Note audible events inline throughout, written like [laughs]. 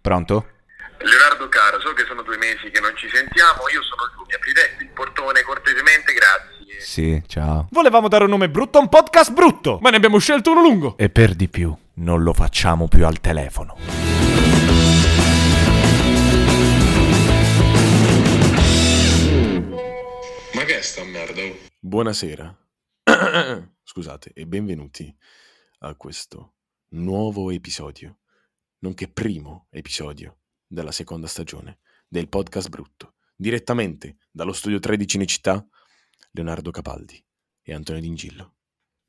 Pronto? Leonardo caro, so che sono due mesi che non ci sentiamo, io sono tu, mi apriresti il portone cortesemente, grazie. Sì, ciao. Volevamo dare un nome brutto a un podcast brutto. Ma ne abbiamo scelto uno lungo. E per di più, non lo facciamo più al telefono. Ma che è sta merda? oh? Buonasera, [coughs] scusate, e benvenuti a questo nuovo episodio, nonché primo episodio della seconda stagione del podcast Brutto, direttamente dallo studio 3 di Cinecittà, Leonardo Capaldi e Antonio D'Ingillo.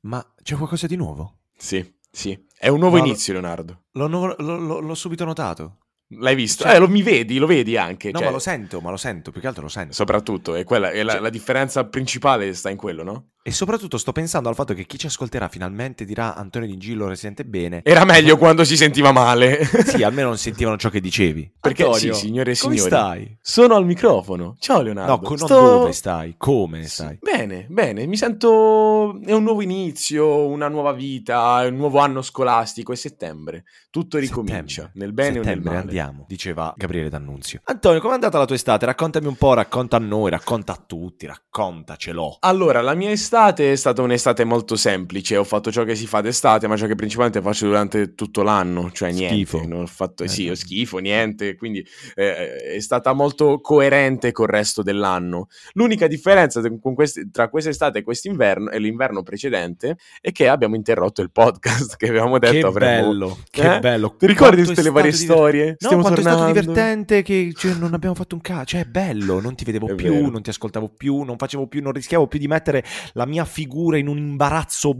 Ma c'è qualcosa di nuovo? Sì, sì, è un nuovo No, lo- inizio, Leonardo. L'ho, no- l'ho- l'ho- l'ho subito notato. L'hai visto? Cioè- Eh, lo mi vedi, lo vedi anche. No, cioè, ma lo sento, ma lo sento, più che altro lo sento. Soprattutto, è quella, è la, Cioè- la differenza principale sta in quello, no? e soprattutto sto pensando al fatto che chi ci ascolterà finalmente dirà Antonio D'Ingillo si sente bene. Era meglio quando si sentiva male. [laughs] Sì, almeno non sentivano ciò che dicevi. Perché Antonio, sì, signore e Come signori, stai? sono al microfono. Ciao Leonardo. No, co- non Sto- dove stai, come Sì, stai. Bene, bene, mi sento è un nuovo inizio, una nuova vita, è un nuovo anno scolastico, è settembre. Tutto ricomincia, Settembre. nel bene o nel Settembre, male. andiamo, diceva Gabriele D'Annunzio. Antonio, com'è andata la tua estate? Raccontami un po', racconta a noi, racconta a tutti, raccontacelo. Allora, la mia estate è stata un'estate molto semplice, ho fatto ciò che si fa d'estate, ma ciò che principalmente faccio durante tutto l'anno, cioè niente, Schifo. non ho fatto, Eh, sì, no. ho schifo, niente, quindi eh, è stata molto coerente col resto dell'anno. L'unica differenza de- con questi- tra quest'estate e quest'inverno e l'inverno precedente è che abbiamo interrotto il podcast [laughs] che avevamo detto Che avremmo bello, che Eh? bello. Ti ricordi Quanto tutte è le varie stato storie? divert- No, quanto è stato divertente che cioè, non abbiamo fatto un cazzo. Cioè, è bello, non ti vedevo È più, vero. non ti ascoltavo più, non facevo più, non rischiavo più di mettere la mia figura in un imbarazzo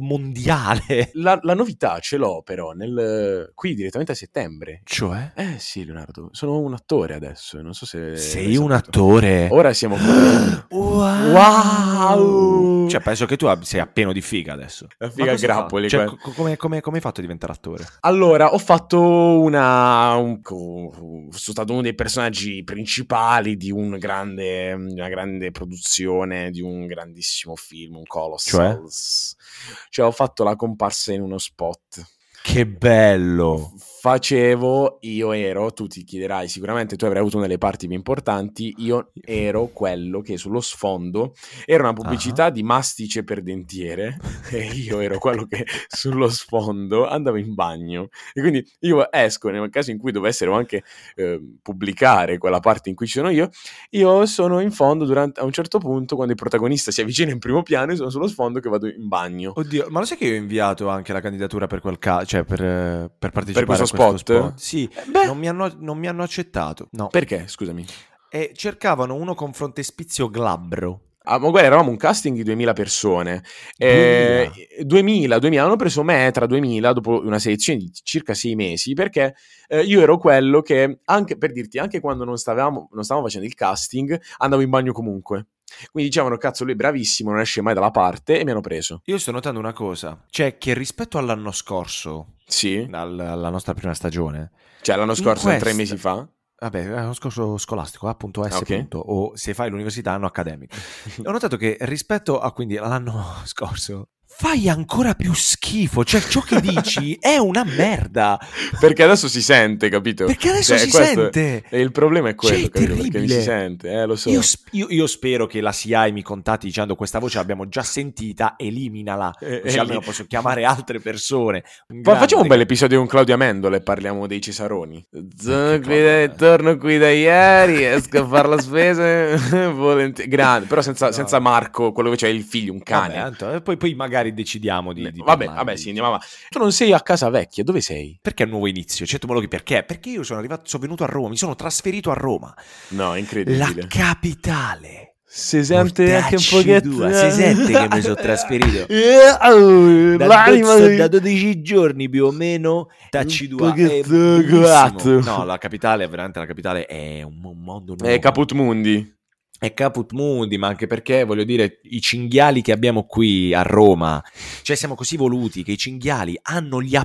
mondiale. La, la novità ce l'ho però nel, qui direttamente a settembre. Cioè, Eh sì, Leonardo, sono un attore adesso, non so se... l'hai sei un saputo. attore. [gasps] Ora siamo qui. Wow. [gasps] Wow! Cioè, penso che tu ab- sei appeno di figa adesso. La Ma figa cosa grappoli. fa? Cioè, qua. co- come, come- come hai fatto a diventare attore? Allora, ho fatto una... un- sono stato uno dei personaggi principali di un grande, una grande produzione, di un grandissimo film, un Colossals. Cioè? Cioè, ho fatto la comparsa in uno spot. Che bello! facevo, io ero, tu ti chiederai sicuramente, tu avrai avuto una delle parti più importanti, io ero quello che sullo sfondo era una pubblicità di mastice per dentiere e io ero quello che sullo sfondo andavo in bagno e quindi io esco nel caso in cui dovessero anche eh, pubblicare quella parte in cui ci sono io, io sono in fondo durante, a un certo punto quando il protagonista si avvicina in primo piano io sono sullo sfondo che vado in bagno. Oddio, ma lo sai che io ho inviato anche la candidatura per quel ca- cioè per, eh, per partecipare questo a questo spot? spot? Sì, Eh, Beh, non mi, hanno, non mi hanno accettato. No. perché, scusami? E cercavano uno con frontespizio glabro. Ah, ma guarda, eravamo un casting di 2000 persone. Eh, 2000, 2000, hanno preso me tra 2000 dopo una selezione di circa sei mesi perché eh, io ero quello che, anche per dirti, anche quando non stavamo, non stavamo facendo il casting, andavo in bagno comunque. Quindi dicevano, cazzo, lui è bravissimo, non esce mai dalla parte e mi hanno preso. Io sto notando una cosa, cioè che rispetto all'anno scorso, Sì, al- alla nostra prima stagione, cioè l'anno In scorso, tre questa- mesi fa. Vabbè, l'anno scorso scolastico, A.S. Ah, ok. punto, o se fai l'università anno accademico. [laughs] Ho notato che rispetto a quindi all'anno [laughs] scorso fai ancora più schifo, cioè ciò che [laughs] dici è una merda, Perché adesso si sente, capito? perché adesso Cioè, si questo- sente. E il problema è quello, Cioè, è capito? Perché mi si terribile. sente, eh, lo so. Io, sp- io- io spero che la CIA mi contatti dicendo questa voce l'abbiamo già sentita, eliminala, Eh, così eh, Cioè, almeno lì. posso chiamare altre persone. Ma facciamo un bel grande- episodio con Claudio Amendola e parliamo dei Cesaroni. Sono che qui da- Claudio- torno qui da [laughs] ieri, esco a fare la spesa. [laughs] volentieri. Grande, però senza, No. senza Marco, quello che c'è il figlio, un cane. Vabbè, Anto, eh, poi, poi magari decidiamo di... vabbè, di vabbè, parlarne di- sì, andiamo avanti. Tu non sei a casa vecchia, dove sei? Perché è un nuovo inizio? Cioè, tu me lo chiedi perché? Perché io sono arrivato, sono venuto a Roma, mi sono trasferito a Roma, No, è la incredibile. capitale. Si Mortacci due, si sente che [laughs] mi sono trasferito. Eh, oh, Da, dozz- da 12 giorni più o meno tacci Un due, è pochetto bellissimo. guatto. no la capitale è veramente la capitale è un mo- mondo nuovo È Caput Eh, Mundi. è Caput Mundi, ma anche perché voglio dire, i cinghiali che abbiamo qui a Roma, cioè siamo così voluti che i cinghiali hanno gli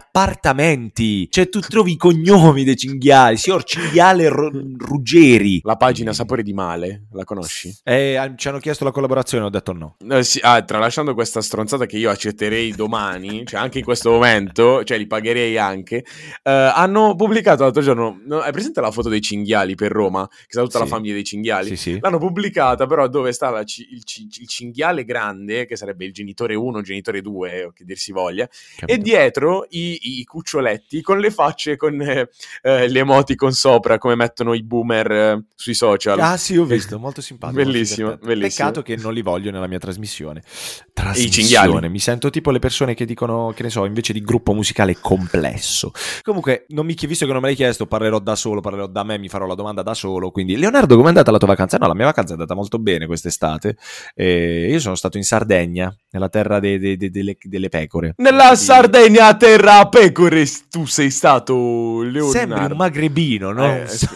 appartamenti, cioè tu trovi i cognomi dei cinghiali, signor Cinghiale Ru- Ruggeri. La pagina Sapore di Male, la conosci? Eh, ah, ci hanno chiesto la collaborazione, ho detto no. Eh, sì, ah, tralasciando questa stronzata che io accetterei domani, cioè anche in questo momento, cioè li pagherei anche, eh, hanno pubblicato l'altro giorno, no, è presente la foto dei cinghiali per Roma, che sta tutta la Sì. famiglia dei cinghiali? Sì, sì. L'hanno pubblicata però dove sta la ci- il, ci- il cinghiale grande, che sarebbe il genitore 1, genitore 2, o che dir si voglia, e Capito. dietro i, i cuccioletti con le facce, con eh, eh, le emoticon sopra, come mettono i boomer eh, sui social. Ah sì, ho visto, molto simpatico. molto Bellissimo, divertente. bellissimo. Peccato che non li voglio nella mia trasmissione. Trasmissione, cinghiali. mi sento tipo le persone che dicono, che ne so, invece di gruppo musicale complesso. Comunque, non mi chiedi, visto che non me l'hai chiesto, parlerò da solo, parlerò da me, mi farò la domanda da solo. Quindi, Leonardo, com'è andata la tua vacanza? No, la mia vacanza è andata molto bene quest'estate. Eh, io sono stato in Sardegna, nella terra dei- dei- dei- delle, delle pecore. Nella Quindi- Sardegna terra a pecore tu sei stato Leonardo. Sembri un magrebino, no? Eh, sì.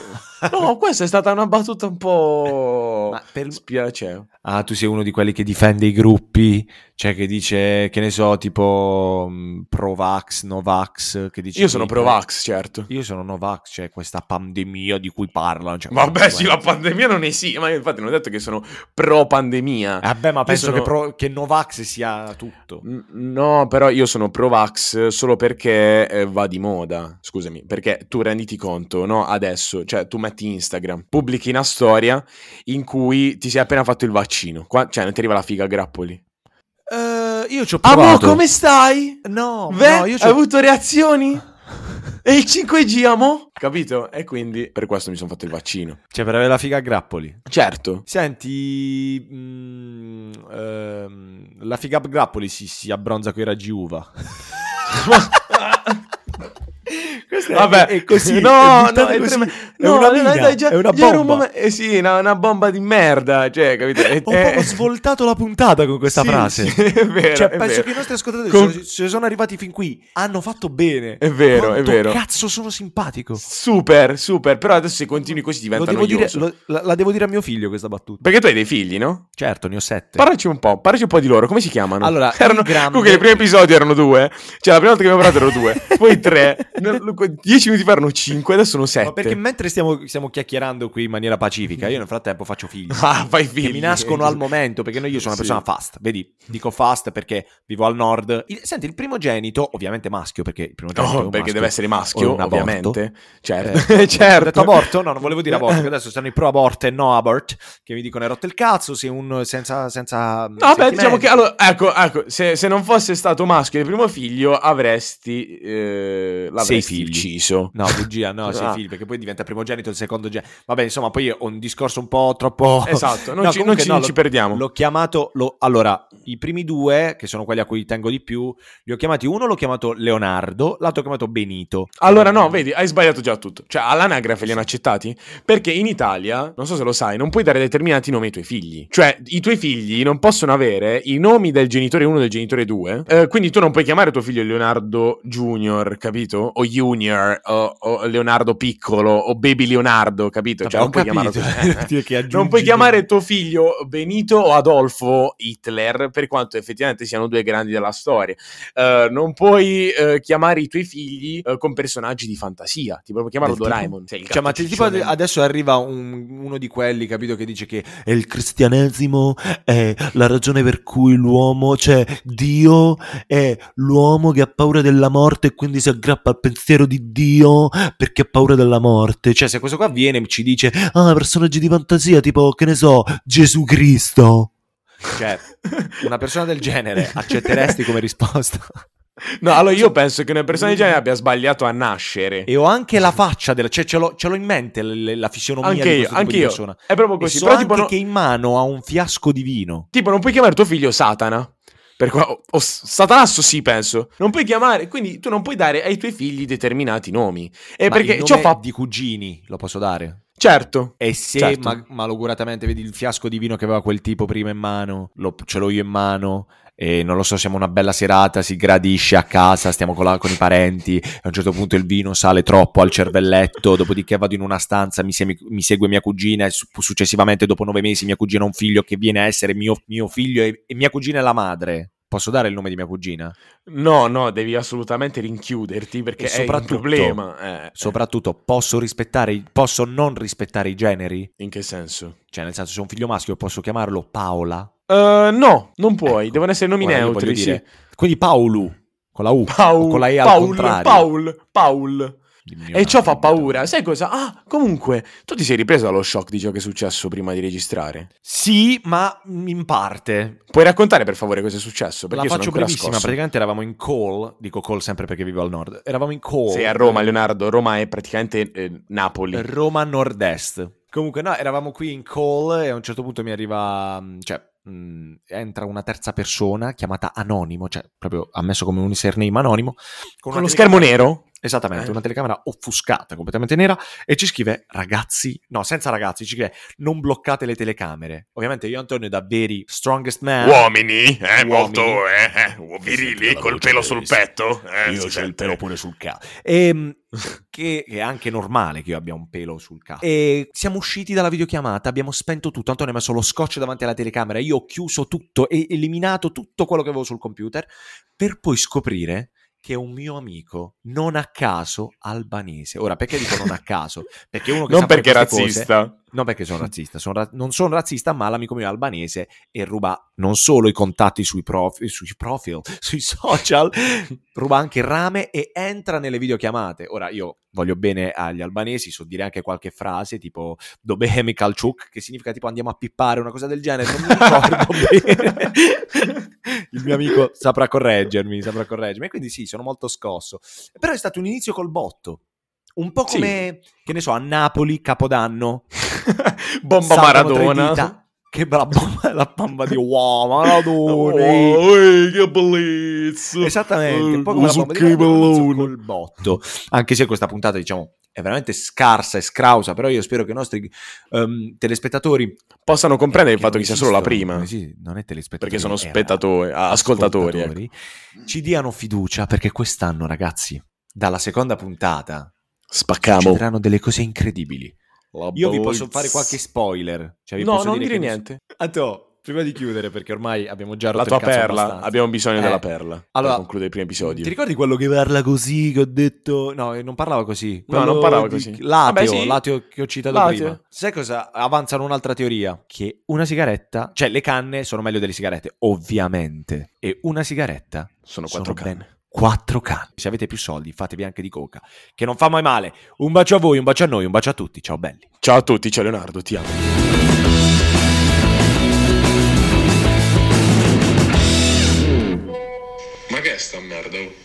No, questa è stata una battuta un po' [laughs] Ma per- spiacevole. Ah, tu sei uno di quelli che difende i gruppi, cioè che dice, che ne so, tipo mh, pro-vax, no-vax, che dice Io sono che- pro-vax, certo. Io sono no-vax, cioè questa pandemia di cui parlano. cioè, Vabbè, comunque- sì, la pandemia non esiste, ma io infatti non ho detto che sono pro-pandemia. Eh, Vabbè, ma penso sono- che, pro- che no-vax sia tutto. N- No, però io sono pro-vax solo perché eh, va di moda. Scusami, perché tu renditi conto, no? Adesso, cioè, tu metti Instagram, pubblichi una storia in cui ti sei appena fatto il vaccino. Qua- cioè, non ti arriva la figa a grappoli. io ci ho Ah, provato. come stai? No, Beh, no, io ci hai ho... avuto reazioni? [laughs] E il 5G, amo? Capito? E quindi per questo mi sono fatto il vaccino. [laughs] Cioè, per avere la figa a grappoli. Certo. Senti, mm, ehm, la figa a grappoli si, si abbronza coi raggi uva. [laughs] Questo è- Vabbè, è così, è No, no, buttata è, così, tremendo. è No, una no, mina, dai, già- è una già era un bomba. momen- eh sì, una, una bomba di merda, cioè, [laughs] capito? È, Ho proprio svoltato la puntata con questa frase. è vero, cioè, è penso vero. che i nostri ascoltatori Con- se- se sono arrivati fin qui. Hanno fatto bene. È vero, è Quanto vero. Cazzo, sono simpatico. Super, super, però adesso se continui così Lo diventa devo dire- noioso. lo- la, la devo dire a mio figlio questa battuta. Perché tu hai dei figli, no? Certo, ne ho sette. Parlaci un po', parlaci un po' di loro, come si chiamano? Allora, [laughs] erano, il grande- comunque, i primi episodi erano due, cioè la prima volta che abbiamo parlato erano [laughs] due, poi tre, no, dieci minuti fa erano cinque, adesso sono sette. Ma perché mentre stiamo, stiamo chiacchierando qui in maniera pacifica, io nel frattempo faccio figli. [laughs] Ah, fai figli. Che mi nascono al momento perché noi- io sono una Sì. persona fast, vedi? Dico fast perché vivo al nord. Il- senti, il primogenito, ovviamente maschio, perché il No, primogenito è un Oh, perché maschio. deve essere o maschio, un aborto. ovviamente. [laughs] Certo, Eh, certo. Ho detto aborto? No, non volevo dire aborto, che adesso sono i pro abort e no abort, che mi dicono hai rotto il cazzo, sei un senza... senza No, beh, diciamo sentimenti". che allora, ecco, ecco, se, se non fosse stato maschio il primo figlio, avresti eh, Sei l'avresti figli. ucciso. No, bugia, no, sei Ah. figli, perché poi diventa primogenito il secondo genito. Vabbè, insomma, poi è un discorso un po' troppo... Esatto, non, No, ci, non comunque ci- no, non lo- ci perdiamo. L'ho chiamato... lo- Allora, i primi due, che sono quelli a cui tengo di più, li ho chiamati... Uno l'ho chiamato Leonardo, l'altro l'ho chiamato Benito. Eh, Allora, Mm. no, vedi, hai sbagliato già tutto. Cioè, all'anagrafe li hanno accettati? Perché in Italia, non so se lo sai, non puoi dare determinati nomi ai tuoi figli. Cioè, i tuoi figli non possono avere i nomi del genitore 1 e del genitore 2. eh, quindi tu non puoi chiamare tuo figlio Leonardo Junior, capito? O Junior, o, o Leonardo Piccolo, o Baby Leonardo, capito? Vabbè, Cioè, ho non puoi chiamare capito. [laughs] tuo- Dire che Non puoi aggiungi- chiamare tuo figlio Benito o Adolfo Hitler, per quanto effettivamente siano due grandi della storia. Eh, non puoi eh, chiamare i tuoi figli eh, con personaggi di fantasia. Ti puoi chiamare Del Doraemon. Sei il Cioè, ma gatto ti- tipo ad- ciccione. adesso arriva un- uno di quelli, capito, che dice che è il cristianesimo è la ragione per cui l'uomo, cioè Dio è l'uomo che ha paura della morte e quindi si aggrappa al pensiero di Dio perché ha paura della morte. Cioè, se questo qua viene e ci dice, ah, personaggi di fantasia, tipo, che ne so, Gesù Cristo. Cioè, una persona del genere accetteresti come risposta? No, allora io penso che una persona di genere abbia sbagliato a nascere. [laughs] E ho anche la faccia, della, cioè ce l'ho, ce l'ho in mente l- la fisionomia Anche di io, questo tipo anche di io. persona. È proprio E così. so Però anche tipo, no- che in mano ha un fiasco di vino. tipo, non puoi chiamare tuo figlio Satana. Per qua- o, o s- Satanasso sì, penso. Non puoi chiamare, quindi tu non puoi dare ai tuoi figli determinati nomi. E Ma perché il ciò nome fa di cugini lo posso dare? Certo. E se Certo. ma- malauguratamente vedi il fiasco di vino che aveva quel tipo prima in mano, lo- ce l'ho io in mano, e non lo so, siamo una bella serata, si gradisce a casa, stiamo con, la- con i parenti, a un certo punto il vino sale troppo al cervelletto, dopodiché vado in una stanza, mi, semi- mi segue mia cugina e su- successivamente dopo nove mesi mia cugina ha un figlio che viene a essere mio, mio figlio e, e mia cugina è la madre. Posso dare il nome di mia cugina? No, no, devi assolutamente rinchiuderti perché E è un soprattutto- problema. Eh, Soprattutto posso rispettare, i- posso non rispettare i generi? eh, In che senso? Cioè nel senso se ho un figlio maschio posso chiamarlo Paola? Eh, no, non puoi, Ecco. devono essere nomi Ora, io voglio neutri. Sì. dire, Quindi Paolo con la U Paul, o con la E al Paul, contrario. Paul, Paul. Dimmi E una ciò fa minchia. paura. Sai cosa? Ah, comunque, tu ti sei ripreso dallo shock di ciò che è successo prima di registrare. Sì, ma in parte. Puoi raccontare per favore cosa è successo? La Perché io faccio sono ancora brevissima, scosso. praticamente eravamo in call, dico call sempre perché vivo al nord. Eravamo in call. Sei a Roma, Leonardo. Roma è praticamente eh, Napoli. Roma nord-est. Comunque no, eravamo qui in call e a un certo punto mi arriva, mh, cioè, mh, entra una terza persona chiamata Anonimo, cioè proprio ammesso come un username anonimo. Con una lo telecamera- schermo nero? Esattamente, Eh. una telecamera offuscata, completamente nera, e ci scrive ragazzi, no, senza ragazzi, ci scrive non bloccate le telecamere. Ovviamente io e Antonio da veri strongest man. Uomini, eh, Uomini. molto, eh, eh, virili, col pelo sul petto. eh, io si c'ho il sente. pelo pure sul cazzo. Ehm, Che che è anche normale che io abbia un pelo sul cazzo. E siamo usciti dalla videochiamata, abbiamo spento tutto. Antonio ha messo lo scotch davanti alla telecamera. Io ho chiuso tutto e eliminato tutto quello che avevo sul computer. Per poi scoprire che un mio amico, non a caso, albanese. Ora, perché dico non a caso? Perché uno che Non sa fare perché è queste cose- razzista. non perché sono razzista, sono ra- non sono razzista, ma l'amico mio è albanese e ruba non solo i contatti sui, prof- sui profil, [laughs] sui social, ruba anche il rame e entra nelle videochiamate. Ora io voglio bene agli albanesi, so dire anche qualche frase tipo dobehemi calciuk, che significa tipo andiamo a pippare, una cosa del genere, non mi [laughs] ricordo bene. Il mio amico saprà correggermi, saprà correggermi. E quindi sì, sono molto scosso. Però è stato un inizio col botto. Un po' Sì. come, che ne so, a Napoli, Capodanno, Bomba Saltano tre Maradona. dita. Che bella bomba, la bomba di wow, Maradona. Oh, ehi, che bellezza. Esattamente, un po' come la bomba di Uso che Maradona, inizio bellone. col botto. Anche se questa puntata, diciamo, è veramente scarsa e scrausa, però io spero che i nostri ehm, telespettatori Possano comprendere il fatto non Eh, che sia solo la esistono, prima. non esi- non è telespettatori. Perché sono eh, spettatori, ah, ascoltatori. ecco. Ci diano fiducia perché quest'anno, ragazzi, dalla seconda puntata Spaccamo. succederanno delle cose incredibili. Io vi posso fare qualche spoiler. Cioè, vi No, posso non dire dire che mi- niente. Anto, prima di chiudere, perché ormai abbiamo già La rotto tua il cazzo perla, abbastanza. abbiamo bisogno Eh, della perla. allora, per concludere il primo episodio. Ti ricordi quello che parla così, che ho detto... No, eh, non parlava così. Quello non parlava di- così. L'ateo, Vabbè, sì. l'ateo che ho citato L'ateo. prima. Sai cosa? Avanzano un'altra teoria. Che una sigaretta... Cioè, le canne sono meglio delle sigarette, ovviamente. E una sigaretta Sono quattro sono canne. ben quattro canne. Se avete più soldi, fatevi anche di coca, che non fa mai male. Un bacio a voi, un bacio a noi, un bacio a tutti. Ciao belli. Ciao a tutti, ciao Leonardo, ti amo. Ma che è sta merda? oh?